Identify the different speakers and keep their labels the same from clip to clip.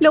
Speaker 1: Lo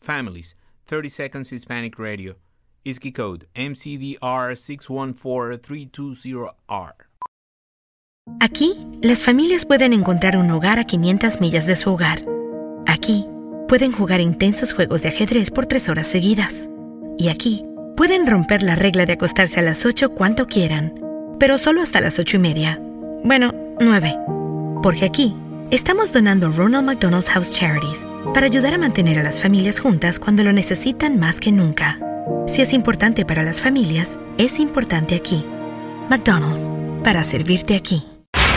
Speaker 2: Families, 30 Seconds Hispanic Radio. ISKI code MCDR614320R.
Speaker 3: Aquí, las familias pueden encontrar un hogar a 500 millas de su hogar. Aquí, pueden jugar intensos juegos de ajedrez por tres horas seguidas. Y aquí, pueden romper la regla de acostarse a las 8 cuanto quieran, pero solo hasta las 8 y media. Bueno, 9. Porque aquí, estamos donando Ronald McDonald's House Charities para ayudar a mantener a las familias juntas cuando lo necesitan más que nunca. Si es importante para las familias, es importante aquí. McDonald's, para servirte aquí.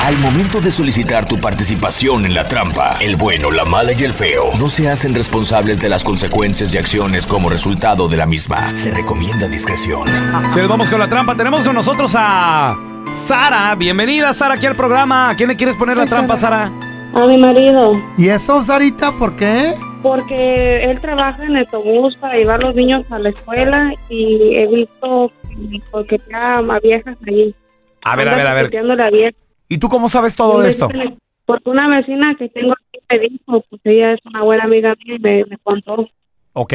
Speaker 4: Al momento de solicitar tu participación en la trampa, el bueno, la mala y el feo no se hacen responsables de las consecuencias y acciones como resultado de la misma. Se recomienda discreción.
Speaker 5: Si nos vamos con la trampa, tenemos con nosotros a Sara. Bienvenida, Sara, aquí al programa. ¿A quién le quieres poner la trampa, Sara?
Speaker 6: A mi marido,
Speaker 7: ¿Y eso, Sarita, por qué?
Speaker 6: porque él trabaja en el autobús para llevar los niños a la escuela y he visto que coquetea a viejas ahí.
Speaker 5: A ver, a ver, a ver.
Speaker 6: Coqueteándole a viejas.
Speaker 5: ¿Y tú cómo sabes todo
Speaker 6: Una
Speaker 5: esto?
Speaker 6: vecina- Porque una vecina que tengo aquí me dijo, pues ella es una buena amiga mía y me, me contó.
Speaker 5: Ok.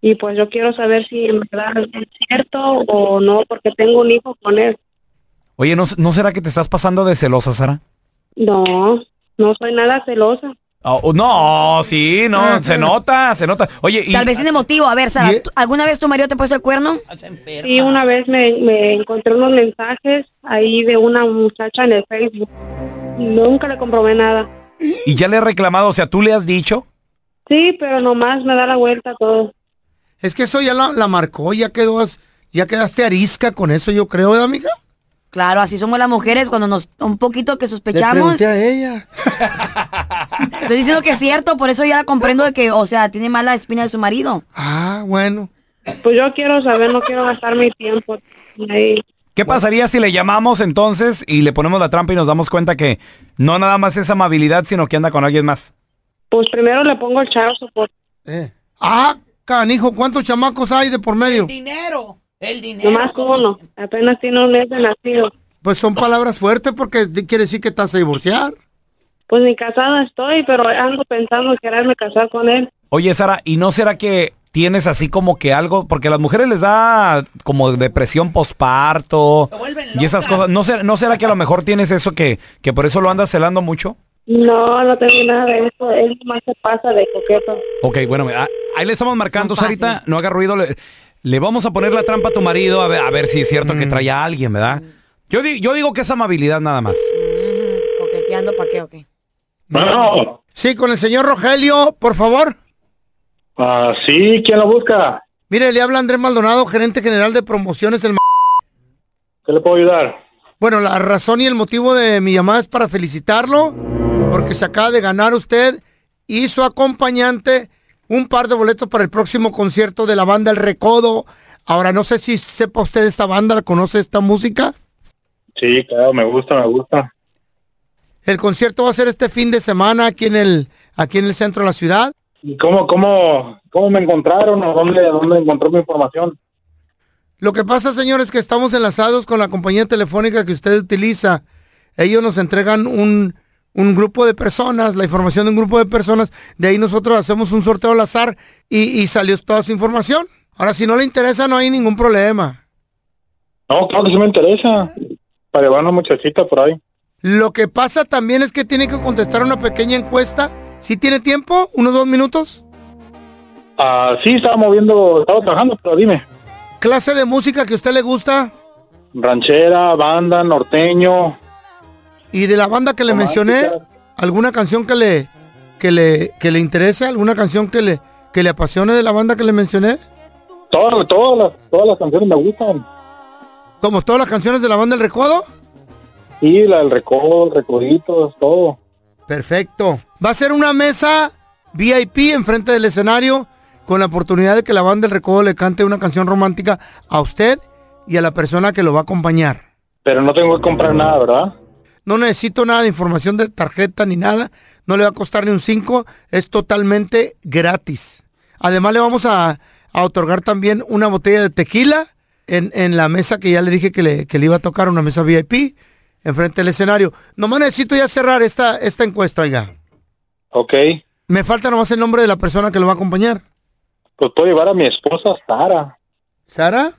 Speaker 6: Y pues yo quiero saber si en verdad es cierto o no, porque tengo un hijo con él.
Speaker 5: Oye, ¿no, no será que te estás pasando de celosa, Sara?
Speaker 6: No, no soy nada celosa.
Speaker 5: Oh, oh, no, sí, no, se nota, se nota. Oye, y...
Speaker 8: Tal vez sin motivo. A ver, Sara,
Speaker 7: ¿Y-
Speaker 8: ¿tú- ¿alguna vez tu marido te ha puesto el cuerno?
Speaker 6: Sí, una vez me, me encontré unos mensajes ahí de una muchacha en el Facebook. Nunca le comprobé nada.
Speaker 5: Y ya le he reclamado, o sea, tú le has dicho.
Speaker 6: Sí, pero nomás me da la vuelta todo.
Speaker 7: Es que eso ya la, la marcó, ya quedó, as- ya quedaste arisca con eso, yo creo, ¿eh, amiga?
Speaker 8: Claro, así somos las mujeres cuando nos un poquito que
Speaker 7: Le
Speaker 8: sospechamos.
Speaker 7: pregunté a ella.
Speaker 8: Estoy diciendo que es cierto, por eso ya comprendo de que, o sea, tiene mala espina de su marido.
Speaker 7: Ah, bueno.
Speaker 6: Pues yo quiero saber, no quiero gastar mi tiempo ahí.
Speaker 5: ¿Qué pasaría si le llamamos entonces y le ponemos la trampa y nos damos cuenta que no nada más es amabilidad, sino que anda con alguien más?
Speaker 6: Pues primero le pongo el chavo soporte.
Speaker 7: Eh. Ah, canijo, ¿cuántos chamacos hay de por medio?
Speaker 6: Nomás uno. Apenas tiene un mes de nacido.
Speaker 7: Pues son palabras fuertes porque de- quiere decir que estás a divorciar.
Speaker 6: Pues ni casada estoy, pero ando pensando en quererme casar con él.
Speaker 5: Oye, Sara, ¿y no será que tienes así como que algo? Porque a las mujeres les da como depresión posparto y esas cosas. ¿No será, ¿No será que a lo mejor tienes eso que, que por eso lo andas celando mucho?
Speaker 6: No, no tengo nada de eso. Él nomás se pasa de coqueto.
Speaker 5: Ok, bueno, a- ahí le estamos marcando,
Speaker 8: Son fáciles.
Speaker 5: Sarita. No haga ruido. Le, le vamos a poner la trampa a tu marido a ver, a ver si es cierto que trae a alguien, ¿verdad? Yo, di- yo digo que es amabilidad nada más.
Speaker 8: Coqueteando, ¿para qué o qué?
Speaker 9: Bueno,
Speaker 7: Sí, con el señor Rogelio, por favor.
Speaker 9: ah, sí, ¿quién lo busca?
Speaker 7: Mire, le habla Andrés Maldonado, gerente general de promociones. El...
Speaker 9: ¿Qué le puedo ayudar?
Speaker 7: Bueno, la razón y el motivo de mi llamada es para felicitarlo porque se acaba de ganar usted y su acompañante un par de boletos para el próximo concierto de la banda El Recodo. Ahora, no sé si sepa usted esta banda, ¿la conoce esta música?
Speaker 9: Sí, claro, me gusta, me gusta.
Speaker 7: El concierto va a ser este fin de semana aquí en el, aquí en el centro de la ciudad.
Speaker 9: ¿Y cómo, cómo, cómo me encontraron o dónde, dónde encontró mi información?
Speaker 7: Lo que pasa, señores, que estamos enlazados con la compañía telefónica que usted utiliza. Ellos nos entregan un, un grupo de personas, la información de un grupo de personas. De ahí nosotros hacemos un sorteo al azar y, y salió toda su información. Ahora, si no le interesa, no hay ningún problema.
Speaker 9: No, claro que sí me interesa. Para llevar una muchachita por ahí.
Speaker 7: Lo que pasa también es que tiene que contestar una pequeña encuesta. Si tiene tiempo, unos dos minutos.
Speaker 9: Ah, sí, estaba moviendo, estaba trabajando, pero dime.
Speaker 7: ¿Clase de música que a usted le gusta?
Speaker 9: Ranchera, banda, norteño.
Speaker 7: ¿Y de la banda que le
Speaker 9: Romántica.
Speaker 7: mencioné? ¿Alguna canción que le, que le, que le interese? ¿Alguna canción que le, que le apasione de la banda que le mencioné?
Speaker 9: Todas, todas, las, todas las canciones me gustan.
Speaker 7: ¿Como todas las canciones de la banda El Recodo?
Speaker 9: Sí, la del recodo, recoditos, todo.
Speaker 7: Perfecto. Va a ser una mesa VIP enfrente del escenario con la oportunidad de que la banda El Recodo le cante una canción romántica a usted y a la persona que lo va a acompañar.
Speaker 9: Pero no tengo que comprar nada, ¿verdad?
Speaker 7: No necesito nada de información de tarjeta ni nada. No le va a costar ni un 5. Es totalmente gratis. Además, le vamos a, a otorgar también una botella de tequila en, en la mesa que ya le dije que le, que le iba a tocar, una mesa VIP, enfrente del escenario. Nomás necesito ya cerrar esta, esta encuesta, oiga.
Speaker 9: Ok.
Speaker 7: Me falta nomás el nombre de la persona que lo va a acompañar.
Speaker 9: Pues puedo llevar a mi esposa, Sara.
Speaker 7: ¿Sara?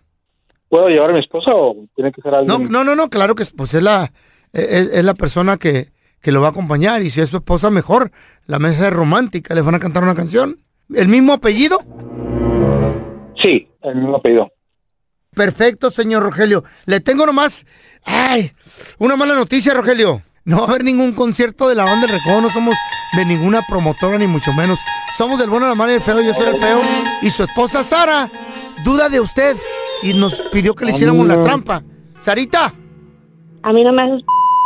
Speaker 9: ¿Puedo llevar a mi esposa o tiene que ser
Speaker 7: No,
Speaker 9: alguien?
Speaker 7: no, no, no, claro que es- pues es la, e-, es, es la persona que, que lo va a acompañar. Y si es su esposa, mejor. La mesa es romántica, les van a cantar una canción. ¿El mismo apellido?
Speaker 9: Sí, el mismo apellido.
Speaker 7: Perfecto, señor Rogelio. Le tengo nomás. ¡Ay! Una mala noticia, Rogelio. No va a haber ningún concierto de la banda del recodo. No somos de ninguna promotora, ni mucho menos. Somos del bueno, la mala y el feo. Yo soy el feo. Y su esposa, Sara, duda de usted. Y nos pidió que le hiciéramos la trampa. Sarita,
Speaker 6: A mí no me haces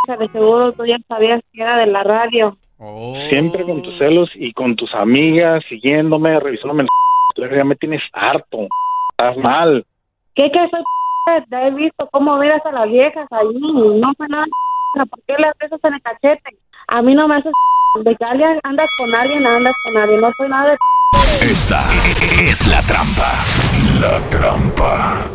Speaker 6: p- de seguro tú ya sabías que era de la radio.
Speaker 9: Siempre con tus celos y con tus amigas, siguiéndome, revisándome el tú ya me tienes harto. Estás mal.
Speaker 6: ¿Qué que soy p- de- He visto cómo miras a las viejas ahí. No fue nada. p- ¿Por qué las besas en el cachete? A mí no me haces p- de que alguien andas con alguien, andas con alguien. No soy nada de p-
Speaker 4: Esta es la trampa. La trampa.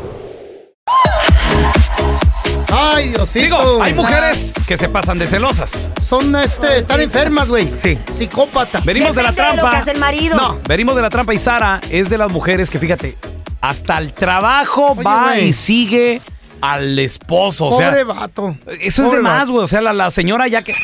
Speaker 7: ay, Diosito.
Speaker 5: Digo, hay mujeres que se pasan de celosas.
Speaker 7: Son, este, tan enfermas, güey.
Speaker 5: Sí.
Speaker 7: Psicópatas.
Speaker 5: Venimos de la
Speaker 8: Depende de lo que
Speaker 5: trampa.
Speaker 8: hace el marido.
Speaker 7: No.
Speaker 5: Venimos de la trampa y Sara es de las mujeres que, fíjate, hasta el trabajo
Speaker 7: Oye,
Speaker 5: va
Speaker 7: güey.
Speaker 5: y sigue al esposo. o sea,
Speaker 7: Pobre vato.
Speaker 5: ¿eh? Eso es de
Speaker 7: Pobre
Speaker 5: más,
Speaker 7: vato.
Speaker 5: güey. O sea, la, la señora ya que.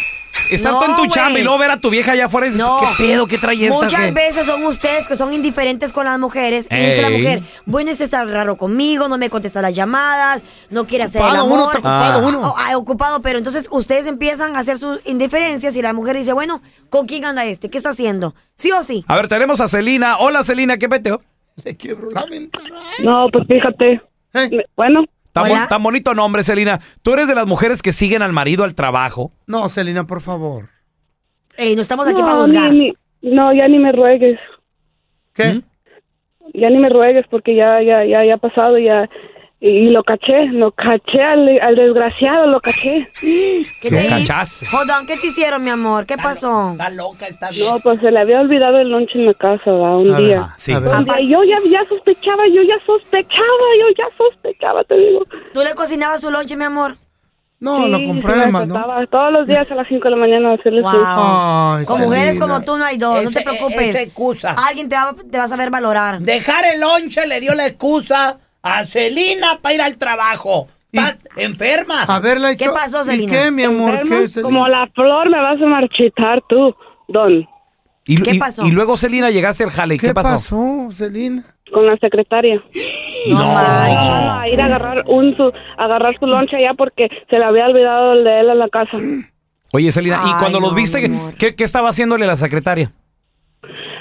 Speaker 5: Está
Speaker 8: No,
Speaker 5: tú en tu
Speaker 8: güey.
Speaker 5: chamba y luego ver a tu vieja allá afuera y dices,
Speaker 8: No.
Speaker 5: ¿qué pedo? ¿Qué trae esta?
Speaker 8: Muchas
Speaker 5: ¿Qué?
Speaker 8: veces son ustedes que son indiferentes con las mujeres. Y dice la
Speaker 5: Ey.
Speaker 8: mujer, bueno, ese está raro conmigo, no me contesta las llamadas, no quiere hacer el
Speaker 7: Ocupado
Speaker 8: amor.
Speaker 7: uno, está ocupado
Speaker 5: Ah.
Speaker 7: uno.
Speaker 8: O- ah, ocupado, pero entonces ustedes empiezan a hacer sus indiferencias y la mujer dice, bueno, ¿con quién anda este? ¿Qué está haciendo? ¿Sí o sí?
Speaker 5: A ver, tenemos a Celina. Hola, Celina, ¿qué peteo?
Speaker 7: Le quiebro la ventana.
Speaker 6: No, pues fíjate.
Speaker 7: Eh.
Speaker 6: Bueno,
Speaker 5: Tan,
Speaker 8: Hola.
Speaker 5: bon- tan bonito nombre, Celina. Tú eres de las mujeres que siguen al marido al trabajo.
Speaker 7: No, Celina, por favor.
Speaker 8: Ey, no estamos aquí para juzgar.
Speaker 6: no, ya ni me ruegues.
Speaker 7: ¿Qué?
Speaker 5: ¿Mm?
Speaker 6: ya ni me ruegues porque ya ya ya ya ha pasado ya y, y lo caché lo caché al, al desgraciado lo caché
Speaker 8: ¿Qué
Speaker 5: Lo
Speaker 8: te
Speaker 5: cachaste.
Speaker 8: Jodón, ¿qué te hicieron, mi amor? ¿Qué pasó?
Speaker 6: no pues se le había olvidado el lunch en la casa ¿verdad? un
Speaker 7: A ver, Ah.
Speaker 6: día
Speaker 5: Sí.
Speaker 7: a ver.
Speaker 6: Un día, y yo ya ya sospechaba yo ya sospechaba yo ya sospechaba te digo
Speaker 8: ¿Tú le cocinabas su lonche, mi amor?
Speaker 7: No, lo
Speaker 6: Sí,
Speaker 7: compré
Speaker 6: se me
Speaker 7: hermano.
Speaker 6: acostaba todos los días a las 5 de la mañana a hacerle
Speaker 8: Wow.
Speaker 6: su-
Speaker 7: Ay,
Speaker 8: con
Speaker 7: Selena.
Speaker 8: mujeres como tú no hay dos, no te preocupes.
Speaker 10: excusa.
Speaker 8: Alguien te va, te va a saber valorar.
Speaker 10: Dejar el lonche le dio la excusa a Celina para ir al trabajo. Está enferma.
Speaker 7: A ver la
Speaker 8: ¿Qué
Speaker 7: histo-
Speaker 8: pasó,
Speaker 7: ¿Y
Speaker 8: Selena?
Speaker 7: qué, mi amor?
Speaker 6: Enferma,
Speaker 7: ¿Qué, Selena?
Speaker 6: como la flor me vas a marchitar tú don
Speaker 5: Y,
Speaker 8: ¿Qué
Speaker 5: y-
Speaker 8: pasó?
Speaker 5: Y, luego, Celina, llegaste al jale. ¿Qué,
Speaker 7: ¿Qué
Speaker 5: pasó?
Speaker 7: pasó, Celina?
Speaker 6: con la secretaria
Speaker 8: No, manches.
Speaker 6: a ir a agarrar un su agarrar su lonche allá porque se le había olvidado el de él en la casa
Speaker 5: Oye, Celina, ¿y
Speaker 8: Ay,
Speaker 5: cuando
Speaker 8: no,
Speaker 5: los viste,
Speaker 8: mi
Speaker 5: ¿qué-
Speaker 8: amor.
Speaker 5: ¿qué, qué estaba haciéndole la secretaria?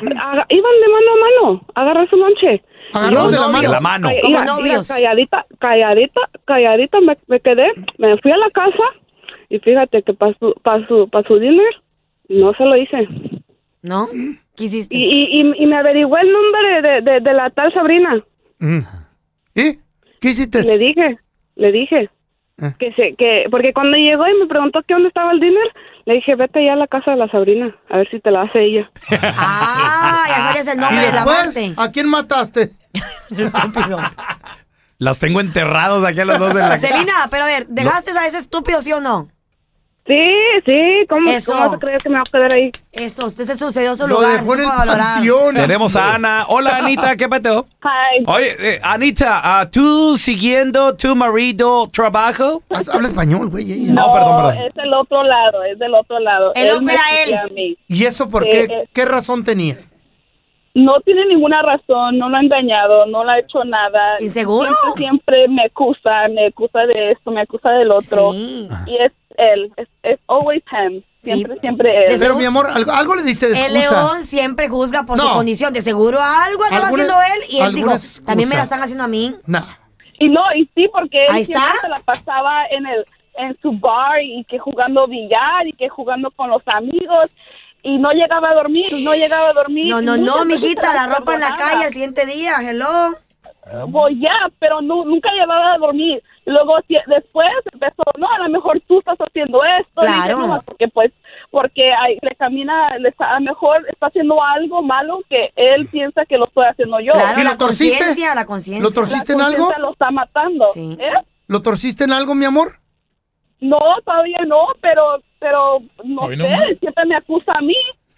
Speaker 6: Aga- iban de mano a mano a agarrar su lonche
Speaker 7: Agarrados de la
Speaker 5: De
Speaker 7: mano.
Speaker 5: la mano.
Speaker 6: Ay,
Speaker 8: Como
Speaker 6: mira,
Speaker 8: novios.
Speaker 6: mira, calladita, calladita, calladita me, me quedé. Me fui a la casa y fíjate que para su, pa su, pa su dinner no se lo hice.
Speaker 8: ¿No? ¿Qué hiciste?
Speaker 6: Y, y, y, y me averigué el nombre de, de, de la tal Sabrina.
Speaker 7: Mm. ¿Y?
Speaker 6: Y
Speaker 7: ¿Qué hiciste?
Speaker 6: le dije, le dije.
Speaker 7: Ah.
Speaker 6: Que se, que, porque cuando llegó y me preguntó que dónde estaba el dinner, le dije, vete ya a la casa de la Sabrina, a ver si te la hace ella.
Speaker 8: Ah, ya sabías el
Speaker 7: ¿Y
Speaker 8: nombre de la
Speaker 7: después? ah,
Speaker 8: muerte.
Speaker 7: Pues, ¿A quién mataste?
Speaker 5: Las tengo enterrados aquí a los dos de la
Speaker 8: Celina, pero a ver, ¿dejaste a ese estúpido, sí o no?
Speaker 6: Sí, sí, ¿cómo,
Speaker 8: Eso.
Speaker 6: ¿cómo vas a creer que me va a quedar ahí?
Speaker 8: Eso, usted se sucedió a su
Speaker 7: Lo
Speaker 8: lugar.
Speaker 7: dejó en el
Speaker 8: supo valorar.
Speaker 7: panteón.
Speaker 5: Tenemos a Ana. Hola, Anita, ¿qué peteo?
Speaker 6: Ay,
Speaker 5: Oye, eh, Anita, ah, ¿tú siguiendo tu marido trabajo?
Speaker 7: Haz- Habla español, güey. ella.
Speaker 5: No, Oh, perdón, perdón.
Speaker 6: Oh, es del otro lado, es del otro lado.
Speaker 8: El hombre
Speaker 6: me
Speaker 8: a él.
Speaker 6: sigue a mí.
Speaker 7: ¿Y eso por
Speaker 6: Eh,
Speaker 7: qué?
Speaker 6: eh.
Speaker 7: ¿Qué razón tenía?
Speaker 6: No tiene ninguna razón, no lo ha engañado, no le ha hecho nada.
Speaker 8: ¿Y seguro?
Speaker 6: Siempre, siempre me acusa, me acusa de esto, me acusa del otro. Y es él, es, es always him. Siempre, siempre él.
Speaker 7: Pero mi amor, algo, algo le diste de
Speaker 8: El
Speaker 7: excusa.
Speaker 8: león siempre juzga por su
Speaker 7: No.
Speaker 8: condición. De seguro algo estaba
Speaker 7: Alguna-
Speaker 8: haciendo él y él dijo,
Speaker 7: alguna excusa.
Speaker 8: también me la están haciendo a mí.
Speaker 6: Y no, y sí, porque
Speaker 8: Ahí
Speaker 6: él siempre
Speaker 8: está.
Speaker 6: se la pasaba en el en su bar y que jugando billar y que jugando con los amigos y no llegaba a dormir, no llegaba a dormir.
Speaker 8: No,
Speaker 6: y
Speaker 8: no,
Speaker 6: muchas
Speaker 8: no,
Speaker 6: veces
Speaker 8: mijita,
Speaker 6: se
Speaker 8: la ropa en la
Speaker 6: perdonaba.
Speaker 8: calle al siguiente día, hello.
Speaker 6: Pues ya, pero nu- nunca llevaba a dormir. Luego si- después empezó, no, a lo mejor tú estás haciendo esto. Y dije,
Speaker 8: Claro.
Speaker 6: "No, ma, porque pues, porque ahí le camina, le está- a lo mejor está haciendo algo malo que él piensa que lo estoy haciendo yo.
Speaker 7: ¿Y lo torciste?
Speaker 8: la conciencia.
Speaker 7: ¿Lo torciste en
Speaker 6: La
Speaker 7: algo?
Speaker 6: conciencia lo está matando. ¿eh?
Speaker 7: ¿Lo torciste en algo, mi amor?
Speaker 6: No, todavía no, pero, pero no
Speaker 7: Hoy
Speaker 6: sé,
Speaker 7: no más.
Speaker 6: siempre me acusa a mí.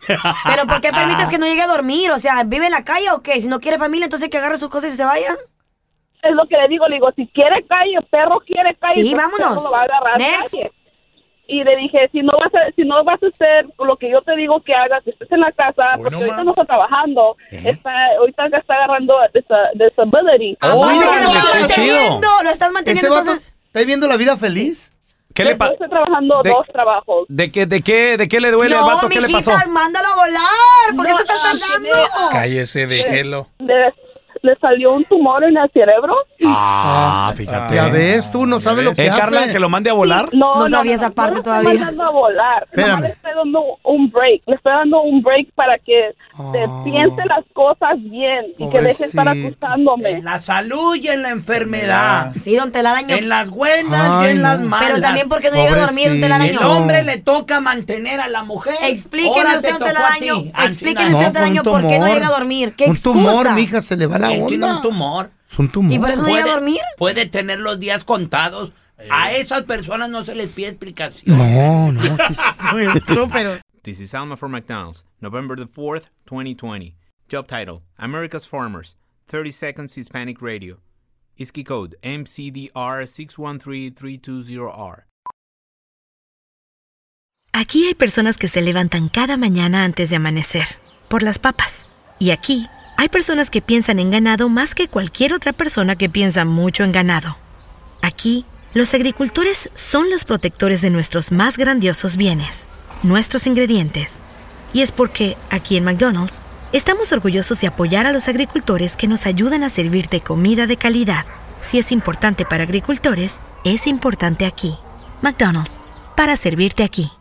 Speaker 8: Pero ¿por qué
Speaker 4: Ah.
Speaker 8: permites que no llegue a dormir? O sea, ¿vive en la calle o qué? Si no quiere familia, entonces que agarre sus cosas y se vaya.
Speaker 6: Es lo que le digo, le digo, si quiere calle, perro quiere calle.
Speaker 8: Sí,
Speaker 6: pues,
Speaker 8: vámonos.
Speaker 6: perro lo va a agarrar
Speaker 8: Next.
Speaker 6: calle. Y le dije, si no vas a, si no vas a hacer lo que yo te digo que hagas, que estés en la casa, porque ahorita no está trabajando,
Speaker 5: ¿Eh?
Speaker 6: está, ahorita ya está agarrando disa- disability.
Speaker 4: Oh,
Speaker 8: lo estás
Speaker 7: manteniendo, Ese vato está viviendo la vida feliz.
Speaker 5: ¿Qué le pasa?
Speaker 6: Estoy trabajando
Speaker 5: De-
Speaker 6: dos trabajos.
Speaker 5: ¿De qué, de qué, de qué le duele al vato? ¿Qué le pasó?
Speaker 8: mijita, mándalo a volar. ¿Por qué te estás tardando?
Speaker 5: Cállese, déjelo.
Speaker 6: ah, Le, le salió un tumor en el cerebro.
Speaker 5: Ah, fíjate.
Speaker 7: Ya ves, tú no sabes lo que
Speaker 5: ¿Eh,
Speaker 7: hace.
Speaker 5: Carla, que lo mande a volar?
Speaker 6: No,
Speaker 8: No sabía esa parte
Speaker 6: no lo
Speaker 8: todavía.
Speaker 6: Estoy mandando a volar. Nomás
Speaker 5: Espérame.
Speaker 6: Le estoy dando un break. Le estoy dando un break para que se
Speaker 5: Ah.
Speaker 6: piense las cosas bien y que deje de estar
Speaker 4: Pobrecito.
Speaker 6: acusándome.
Speaker 4: La salud y en la enfermedad.
Speaker 8: Sí, don Telaraño.
Speaker 4: En las buenas y
Speaker 8: Ay,
Speaker 4: en
Speaker 8: no.
Speaker 4: las malas.
Speaker 8: Pero también porque no llega a dormir, don Telaraño.
Speaker 4: El hombre le toca mantener a la mujer.
Speaker 8: Explíqueme
Speaker 4: Ahora
Speaker 8: usted,
Speaker 4: te
Speaker 8: don
Speaker 4: tocó a ti,
Speaker 8: Telaraño,
Speaker 4: Ancina.
Speaker 8: explíqueme usted, don Telaraño,
Speaker 7: con
Speaker 8: por qué no
Speaker 7: tumor.
Speaker 8: llega a dormir. ¿Qué
Speaker 7: Un
Speaker 8: excusa?
Speaker 7: tumor, mija, se le va la
Speaker 4: Él tiene
Speaker 7: onda.
Speaker 4: un tumor.
Speaker 7: Es un tumor.
Speaker 4: Puede- Puede tener los días contados. A esas personas no se les pide explicación.
Speaker 7: No, no. sí,
Speaker 2: This is Alma for McDonald's, November the 4th, 2020. Job title America's Farmers, 30 Seconds Hispanic Radio. ISKI code MCDR613320R.
Speaker 3: Aquí hay personas que se levantan cada mañana antes de amanecer, por las papas. Y aquí hay personas que piensan en ganado más que cualquier otra persona que piensa mucho en ganado. Aquí, los agricultores son los protectores de nuestros más grandiosos bienes, nuestros ingredientes. Y es porque, aquí en McDonald's, estamos orgullosos de apoyar a los agricultores que nos ayudan a servirte comida de calidad. Si es importante para agricultores, es importante aquí. McDonald's, para servirte aquí.